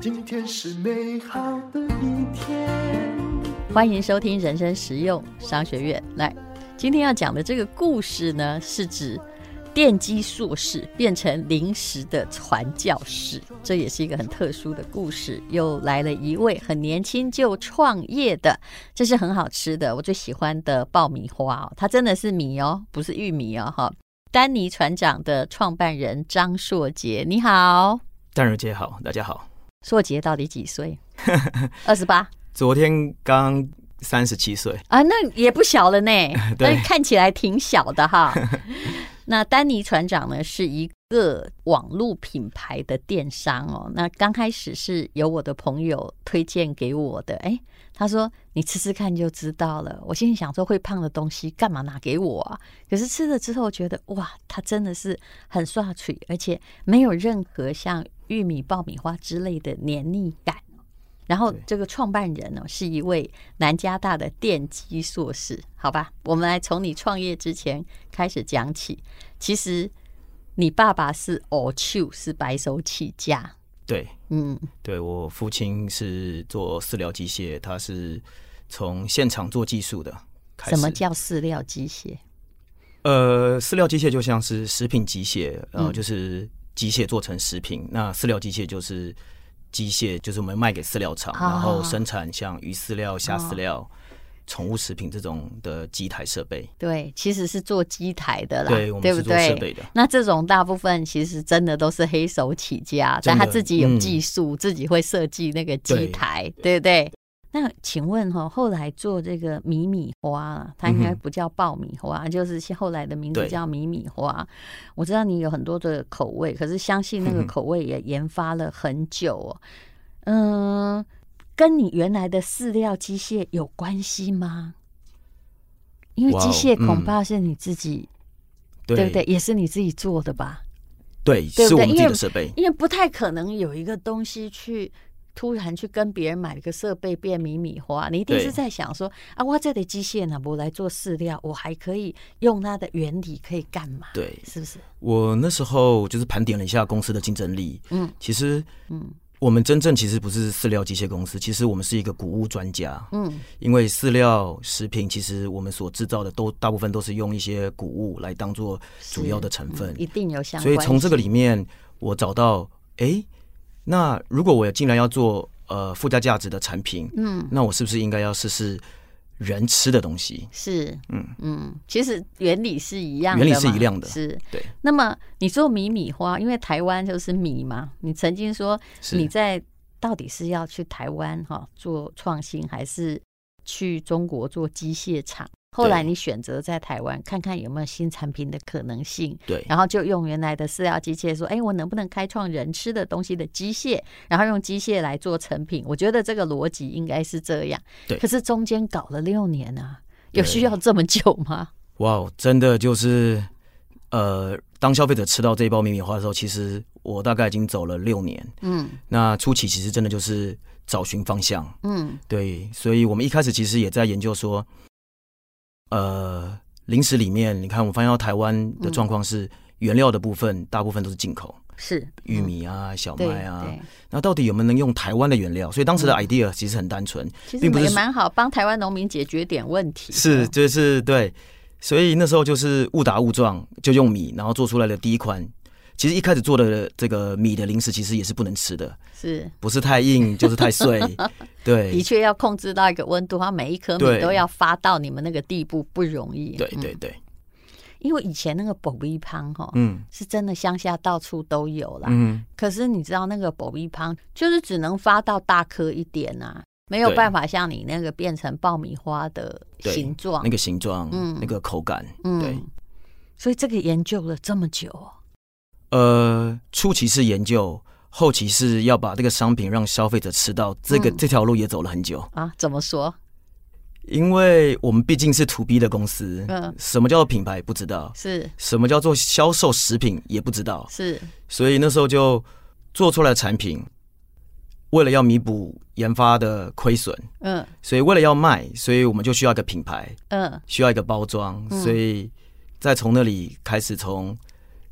今天是美好的一天。欢迎收听《人生实用商学院》。来，今天要讲的这个故事呢，是指电机硕士变成临时的传教士，这也是一个很特殊的故事。又来了一位很年轻就创业的，这是很好吃的，我最喜欢的爆米花哦，它真的是米哦，不是玉米哦，哈。丹尼船长的创办人张硕杰，你好，淡如姐好，大家好。硕杰到底几岁？二十八。昨天刚三十七岁，，啊，那也不小了呢那对看起来挺小的哈。那丹尼船长呢，是一个网络品牌的电商哦。那刚开始是由我的朋友推荐给我的，哎，他说你吃吃看就知道了。我心里想说，会胖的东西干嘛拿给我啊？可是吃了之后觉得，哇，它真的是很刷嘴，而且没有任何像玉米爆米花之类的黏腻感。然后对这个创办人呢、是一位南加大的电机硕士，好吧？我们来从你创业之前开始讲起。其实你爸爸是 all t 是白手起家，对嗯，对，我父亲是做饲料机械，他是从现场做技术的开始。什么叫饲料机械？呃，饲料机械就像是食品机械，然后嗯就是机械做成食品。那饲料机械就是机械，就是我们卖给饲料厂，啊然后生产像鱼饲料、虾饲哦料、宠、物食品这种的机台设备。对，其实是做机台的啦，对，我们不是做设对？备的。那这种大部分其实真的都是黑手起家，但真他的自己有嗯技术，自己会设计那个机对台，对不对？那请问哈、哦，后来做这个米米花啊，它应该嗯哼不叫爆米嗯花，就是后来的名字对叫米米花。我知道你有很多的口味，可是相信那个 哼哼口味也研发了很久哦。嗯、跟你原来的饲料机械有关系吗？因为哇机哦械恐嗯怕是你自己对不对？也是你自己做的吧？对，对是我们因自己为的设备。因为不太可能有一个东西去突然去跟别人买了个设备变米米花，你一定对是在想说啊，我这里机械呢，我来做饲料，我还可以用它的原理可以干嘛？对，是不是？我那时候就是盘点了一下公司的竞争力，嗯嗯，其实，嗯嗯，我们真正其实不是饲料机械公司，其实我们是一个谷物专家，嗯，因为饲料食品其实我们所制造的都大部分都是用一些谷物来当做主要的成分嗯，一定有相所关以性。从这个里面我找到，诶，那如果我既然要做呃附加价值的产品，嗯嗯，那我是不是应该要试试人吃的东西？是嗯嗯，其实原理是一样的嘛，原理是一样的是对。那么你做米米花，因为台湾就是米嘛，你曾经说是你在到底是要去台湾哈、做创新，还是去中国做机械厂？后来你选择在台湾看看有没有新产品的可能性，对然后就用原来的饲料机械说，哎，我能不能开创人吃的东西的机械，然后用机械来做成品？我觉得这个逻辑应该是这样。对可是中间搞了六年啊，有对需要这么久吗？哇哦，真的就是，呃，当消费者吃到这一包米米花的时候，其实我大概已经走了六年。嗯那初期其实真的就是找寻方向，嗯，对，所以我们一开始其实也在研究说，呃，零食里面，你看我发现到台湾的状况是，原料的部分大部分都是进口，是玉、米啊、小嗯、对麦啊，对，那到底有没有能用台湾的原料？所以当时的嗯 idea 其实很单纯，其实并不是也说蛮好，帮台湾农民解决点问题。是，就是对，所以那时候就是误打误撞，就用米，然后做出来的第一款。其实一开始做的这个米的零食，其实也是不能吃的，是。不是太硬就是太 碎。对的，确要控制到一个温度，它每一颗米对都要发到你们那个地步不容易。对嗯对对，因为以前那个保利汤哈，嗯是真的乡下到处都有啦。嗯，可是你知道那个保利汤就是只能发到大颗一点啊，没有对办法像你那个变成爆米花的对形状。那个形状，嗯那个口感，对嗯，所以这个研究了这么久哦，呃，初期是研究，后期是要把这个商品让消费者吃到，这个嗯这条路也走了很久。啊，怎么说？因为我们毕竟是 to B 的公司，嗯什么叫做品牌不知道，是什么叫做销售食品也不知道，是，所以那时候就做出来的产品，为了要弥补研发的亏损，嗯所以为了要卖，所以我们就需要一个品牌，嗯，需要一个包装，嗯所以再从那里开始从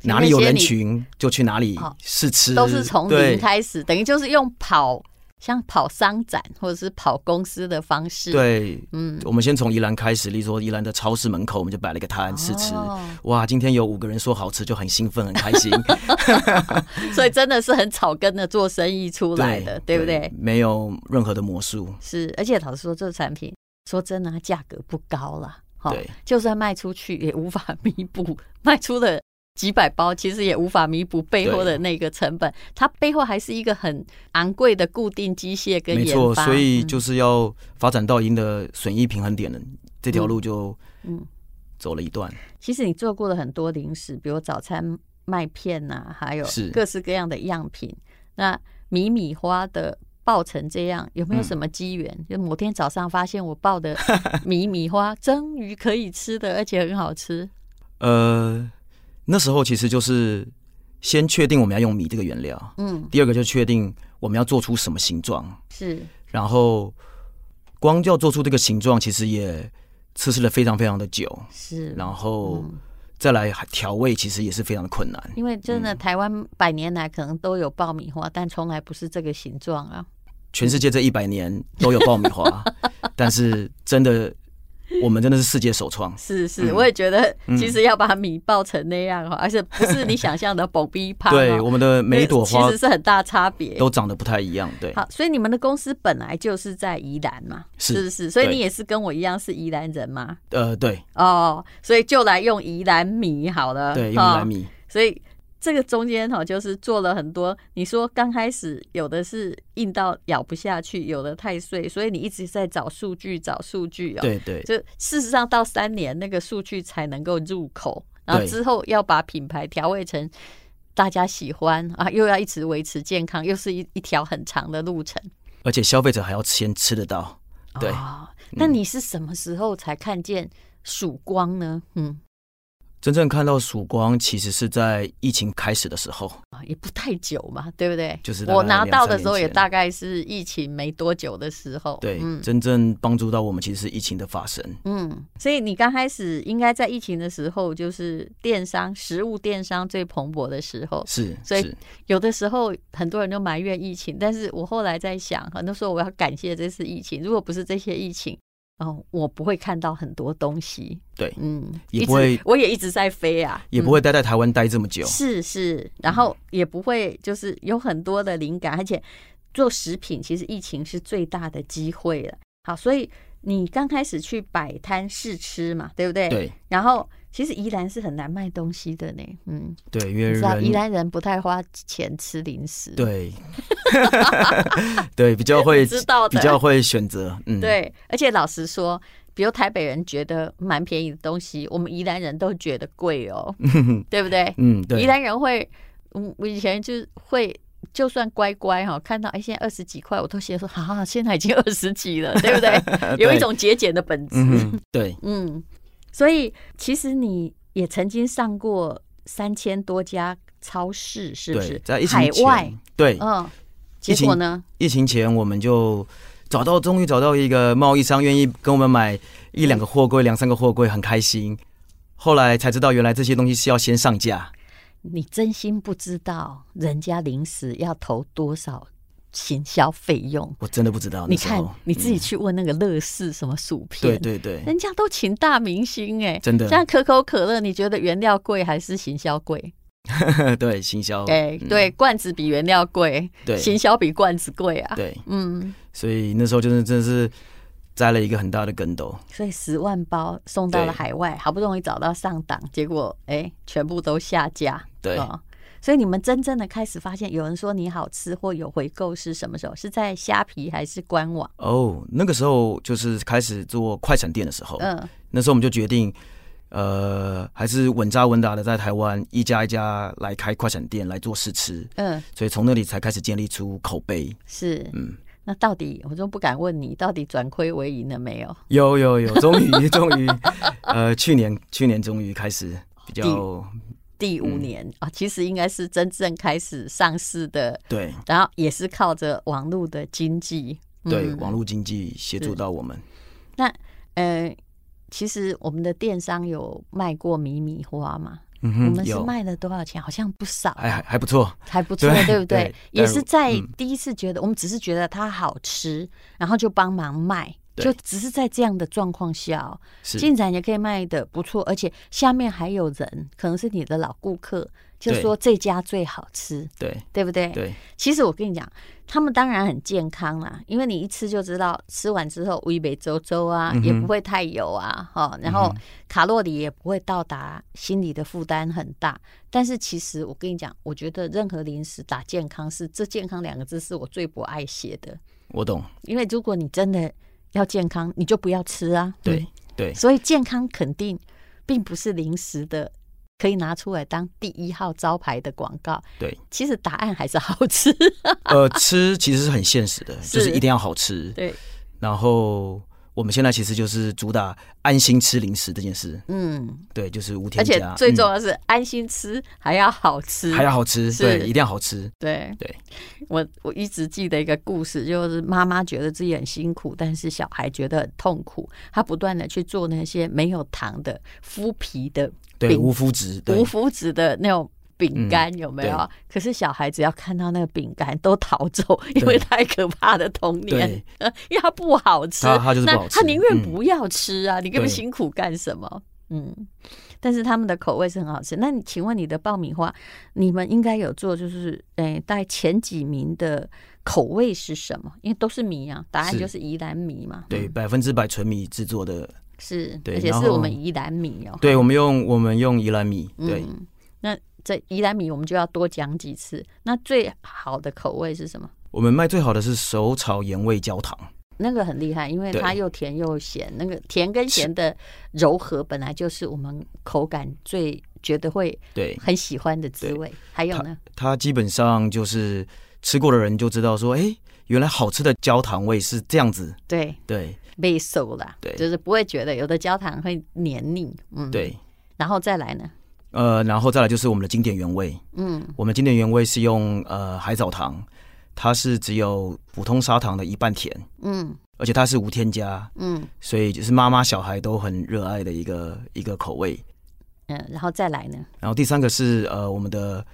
哪里有人群就去哪里哦试吃，都是从对零开始，等于就是用跑，像跑商展或者是跑公司的方式。，对，嗯，我们先从宜兰开始，例如说宜兰的超市门口，我们就摆了一个摊试吃哦。哇，今天有五个人说好吃，就很兴奋，很开心。所以真的是很草根的做生意 出来的，对不对？没有任何的魔术。是，而且老实说，这个产品说真的，它啊价格不高啦，哈对，就算卖出去也无法弥补， 卖出了几百包，其实也无法弥补背后的那个成本，它背后还是一个很昂贵的固定机械跟没研错，发，所以嗯就是要发展到赢的损益平衡点了，这条路就嗯走了一段。其实你做过了很多零食，比如早餐麦片呐、还有是各式各样的样品。那米米花的爆成这样，有没有嗯什么机缘？就某天早上发现我爆的米米花 蒸鱼可以吃的，而且很好吃。呃，那时候其实就是先确定我们要用米这个原料，嗯，第二个就确定我们要做出什么形状，是然后光要做出这个形状，其实也测试了非常非常的久，是，嗯然后再来调味，其实也是非常的困难。因为真嗯的台湾百年来可能都有爆米花，但从来不是这个形状啊。全世界这一百年都有爆 米花，但是真的，我们真的是世界首创。是嗯是，我也觉得其实要把米爆成那样哦，而且不是你想象的 蹦逼趴哦。对，我们的每一朵花其实是很大差别。都长得不太一样。对，好，所以你们的公司本来就是在宜兰嘛，是不是？所以对你也是跟我一样是宜兰人嘛？呃，对哦，所以就来用宜兰米好了。对，用哦蓝米，所以这个中间哈，就是做了很多。你说刚开始有的是硬到咬不下去，有的太碎，所以你一直在找数据，找数据哦。。对对就事实上到三年那个数据才能够入口，然后对之后要把品牌调味成大家喜欢啊，又要一直维持健康，又是一一条很长的路程。而且消费者还要先吃得到。对，嗯哦，那你是什么时候才看见曙光呢？嗯，真正看到曙光，其实是在疫情开始的时候。啊也不太久嘛，对不对？就是大概我拿到的时候两三年也前大概是疫情没多久的时候。对，嗯真正帮助到我们，其实是疫情的发生。嗯，所以你刚开始应该在疫情的时候，就是电商、食物电商最蓬勃的时候。是，所以是有的时候很多人都埋怨疫情，但是我后来在想，很多时候我要感谢这次疫情，如果不是这些疫情，哦，我不会看到很多东西。对嗯，也一直不会我也一直在飞啊，也不会待在台湾待这么久。是是，然后也不会就是有很多的灵感，而且做食品其实疫情是最大的机会了。好，所以你刚开始去摆摊试吃嘛，对不对？。对然后其实宜兰是很难卖东西的呢，嗯，对，因为你知道宜人兰人不太花钱吃零食，对 对比较会知道的比较会选择。嗯，对，而且老实说。比如台北人觉得蛮便宜的东西，我们宜兰人都觉得贵 哦，对不对？嗯，对宜，兰人会，嗯，我以前就是会，就算乖乖哈，看到哎，现在二十几块，我都先说啊，现在已经二十几了，对不 对？有一种节俭的本质，嗯哼，对，嗯，所以其实你也曾经上过三千多家超市，是不对是？，在疫海情前外，对，嗯，结疫情果呢？疫情前我们就找到，终于找到一个贸易商愿意跟我们买一两个货柜、两三个货柜，很开心。后来才知道，原来这些东西是要先上架。你真心不知道人家临时要投多少行销费用。我真的不知道，你那时看候你自己嗯去问那个乐事什么薯片，对对 对，人家都请大明星哎、真的像可口可乐，你觉得原料贵还是行销贵？对行销，哎、嗯对，罐子比原料贵，对行销比罐子贵啊。对，嗯，所以那时候就是真的是栽了一个很大的跟斗。所以十万包送到了对海外，好不容易找到上档，结果哎、全部都下架。对哦所以你们真正的开始发现，有人说你好吃或有回购是什么时候？是在虾皮还是官网？哦，那个时候就是开始做快闪店的时候，嗯，那时候我们就决定，呃，还是稳扎稳打的在台湾一家一家来开快闪店来做试吃。嗯，所以从那里才开始建立出口碑。是。嗯，那到底我就不敢问你，到底转亏为盈了没有？有有有，终于终于，呃，去年去年终于开始比较第嗯五年、啊，其实应该是真正开始上市的，对然后也是靠着网络的经济。对嗯网络经济协助是到我们。那呃，其实我们的电商有卖过米米花嘛，嗯我哼，们是有，卖了多少钱？好像不少，还还还不错，还不错，对对不对？对也是在嗯第一次觉得，我们只是觉得它好吃，然后就帮忙卖，对就只是在这样的状况下、哦，是进展也可以卖的不错，而且下面还有人，可能是你的老顾客，就对说这家最好吃，对对不对？对，其实我跟你讲，他们当然很健康啦，因为你一吃就知道，吃完之后微北粥粥啊，嗯哼嗯也不会太油啊，哈、然后卡路里也不会到达，心理的负担很大。但是其实我跟你讲，我觉得任何零食打健康是这“健康”两个字是我最不爱写的，我懂，因为如果你真的要健康，你就不要吃啊。对对所以健康肯定并不是零食的。可以拿出来当第一号招牌的广告，对，其实答案还是好吃。 呃，吃其实是很现实的，就是是一定要好吃。对，然后我们现在其实就是主打安心吃零食这件事，嗯，对，就是无而添且加，最重嗯要是安心吃，还要好吃。还要好吃，是对，一定要好吃。对对，我我一直记得一个故事，就是妈妈觉得自己很辛苦，但是小孩觉得很痛苦，她不断的去做那些没有糖的、麸皮的、对，饼无麸质，对嗯无，麸质的那种。饼干有没有？对可是小孩只要看到那个饼干都逃走，因为太可怕的童年， 因为它不好吃，它它就是不好吃那他宁愿嗯不要吃啊！你根本对辛苦干什么？嗯，但是他们的口味是很好吃。那你请问你的爆米花，你们应该有做就是，诶、大概前几名的口味是什么？因为都是米啊，答案是就是宜兰米嘛。对，嗯，百分之百纯米制作的，是，对而且然是后我们宜兰米哦、对，我们用我们用宜兰米，对，嗯，那这宜兰米我们就要多讲几次。那最好的口味是什么？我们卖最好的是手炒盐味焦糖，那个很厉害，因为对它又甜又咸，那个甜跟咸的柔和本来就是我们口感最觉得会对，很喜欢的滋味。还有呢，它基本上就是吃过的人就知道说，哎，原来好吃的焦糖味是这样子，对，对被熟啦，对就是不会觉得有的焦糖会黏腻，嗯，。对，然后再来呢，呃，然后再来就是我们的经典原味，嗯，我们经典原味是用呃海藻糖，它是只有普通砂糖的一半甜，嗯而且它是无添加，嗯所以就是妈妈小孩都很热爱的一个一个口味。嗯，然后再来呢，然后第三个是呃我们的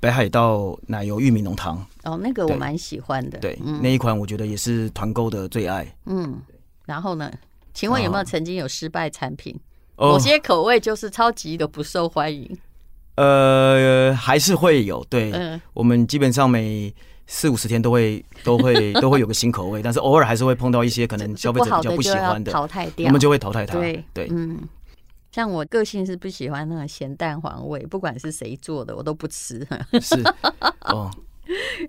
北海道奶油玉米浓汤，哦，那个我对蛮喜欢的，对，嗯那一款我觉得也是团购的最爱。嗯，然后呢，请问有没有啊哦曾经有失败产品？某些口味就是超级的不受欢迎，呃还是会有，对、嗯，我们基本上每。四五十天都会都 会都会有个新口味，但是偶尔还是会碰到一些可能消费不者好比较的不喜就要欢的，淘汰掉，我们就会淘汰它。对对，嗯，像我个性是不喜欢那种咸蛋黄味，不管是谁做的我都不吃。 是哦，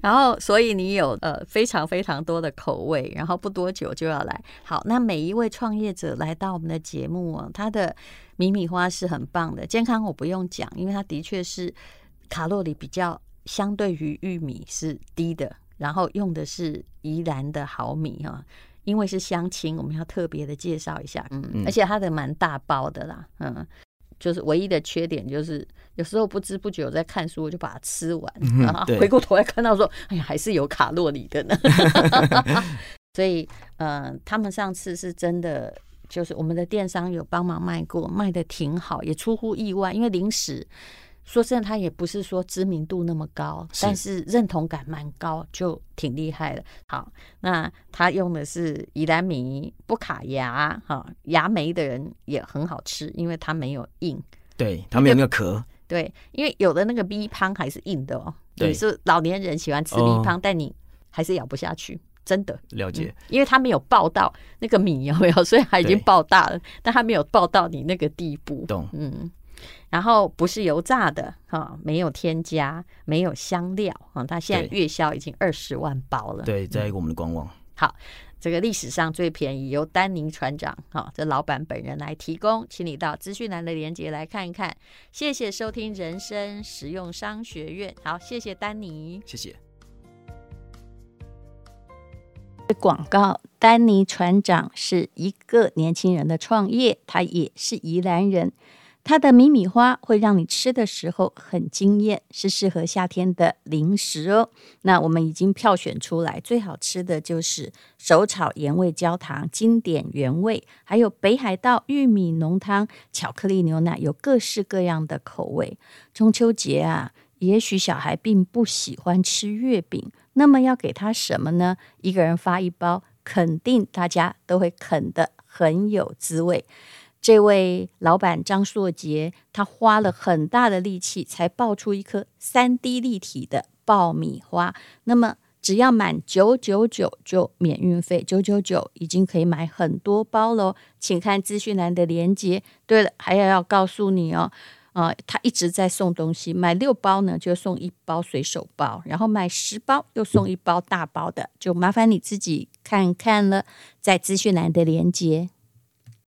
然后，所以你有呃非常非常多的口味，然后不多久就要来。好，那每一位创业者来到我们的节目哦，他的米米花是很棒的，健康我不用讲，因为它的确是卡路里比较相对于玉米是低的，然后用的是宜兰的好米哈、因为是乡亲，我们要特别的介绍一下，嗯，嗯而且它的蛮大包的啦，嗯，就是唯一的缺点就是有时候不知不觉我在看书，我就把它吃完，哼然后嗯对回过头来看到说，哎呀，还是有卡路里的 呢。 所以，呃，他们上次是真的，就是我们的电商有帮忙卖过，卖的挺好，也出乎意外，因为零食。说真的，它也不是说知名度那么高，是但是认同感蛮高，就挺厉害的。好，那他用的是宜兰米，不卡牙，哈、牙没的人也很好吃，因为它没有硬。对，它没有那个壳，对，因为有的那个 B 汤还是硬的哦。对你是老年人喜欢吃 B 哦汤，但你还是咬不下去，真的。了解。因为它没有爆到那个米有没有， 所以它已经对爆大了，但它没有爆到你那个地步。懂嗯，然后不是油炸的哈、没有添加，没有香料啊、它现在对月销已经二十万包了。对，在我们的官网，这个历史上最便宜，由丹宁船长哈、这老板本人来提供，请你到资讯栏的链接来看一看。谢谢收听人生实用商学院，好，谢谢丹尼。谢谢。广告，丹尼船长是一个年轻人的创业，他也是宜兰人。它的米米花会让你吃的时候很惊艳，是适合夏天的零食哦。那我们已经票选出来，最好吃的就是手炒盐味焦糖、经典原味，还有北海道玉米浓汤、巧克力牛奶，有各式各样的口味。中秋节啊，也许小孩并不喜欢吃月饼，那么要给他什么呢？一个人发一包，肯定大家都会啃得很有滋味。这位老板张硕杰，他花了很大的力气才爆出一颗三 D 立体的爆米花。那么只要满九九九就免运费，九九九已经可以买很多包喽。请看资讯栏的链接。对了，还要要告诉你哦。啊、他一直在送东西，买六包呢就送一包随手包，然后买十包又送一包大包的，就麻烦你自己看看了，在资讯栏的链接。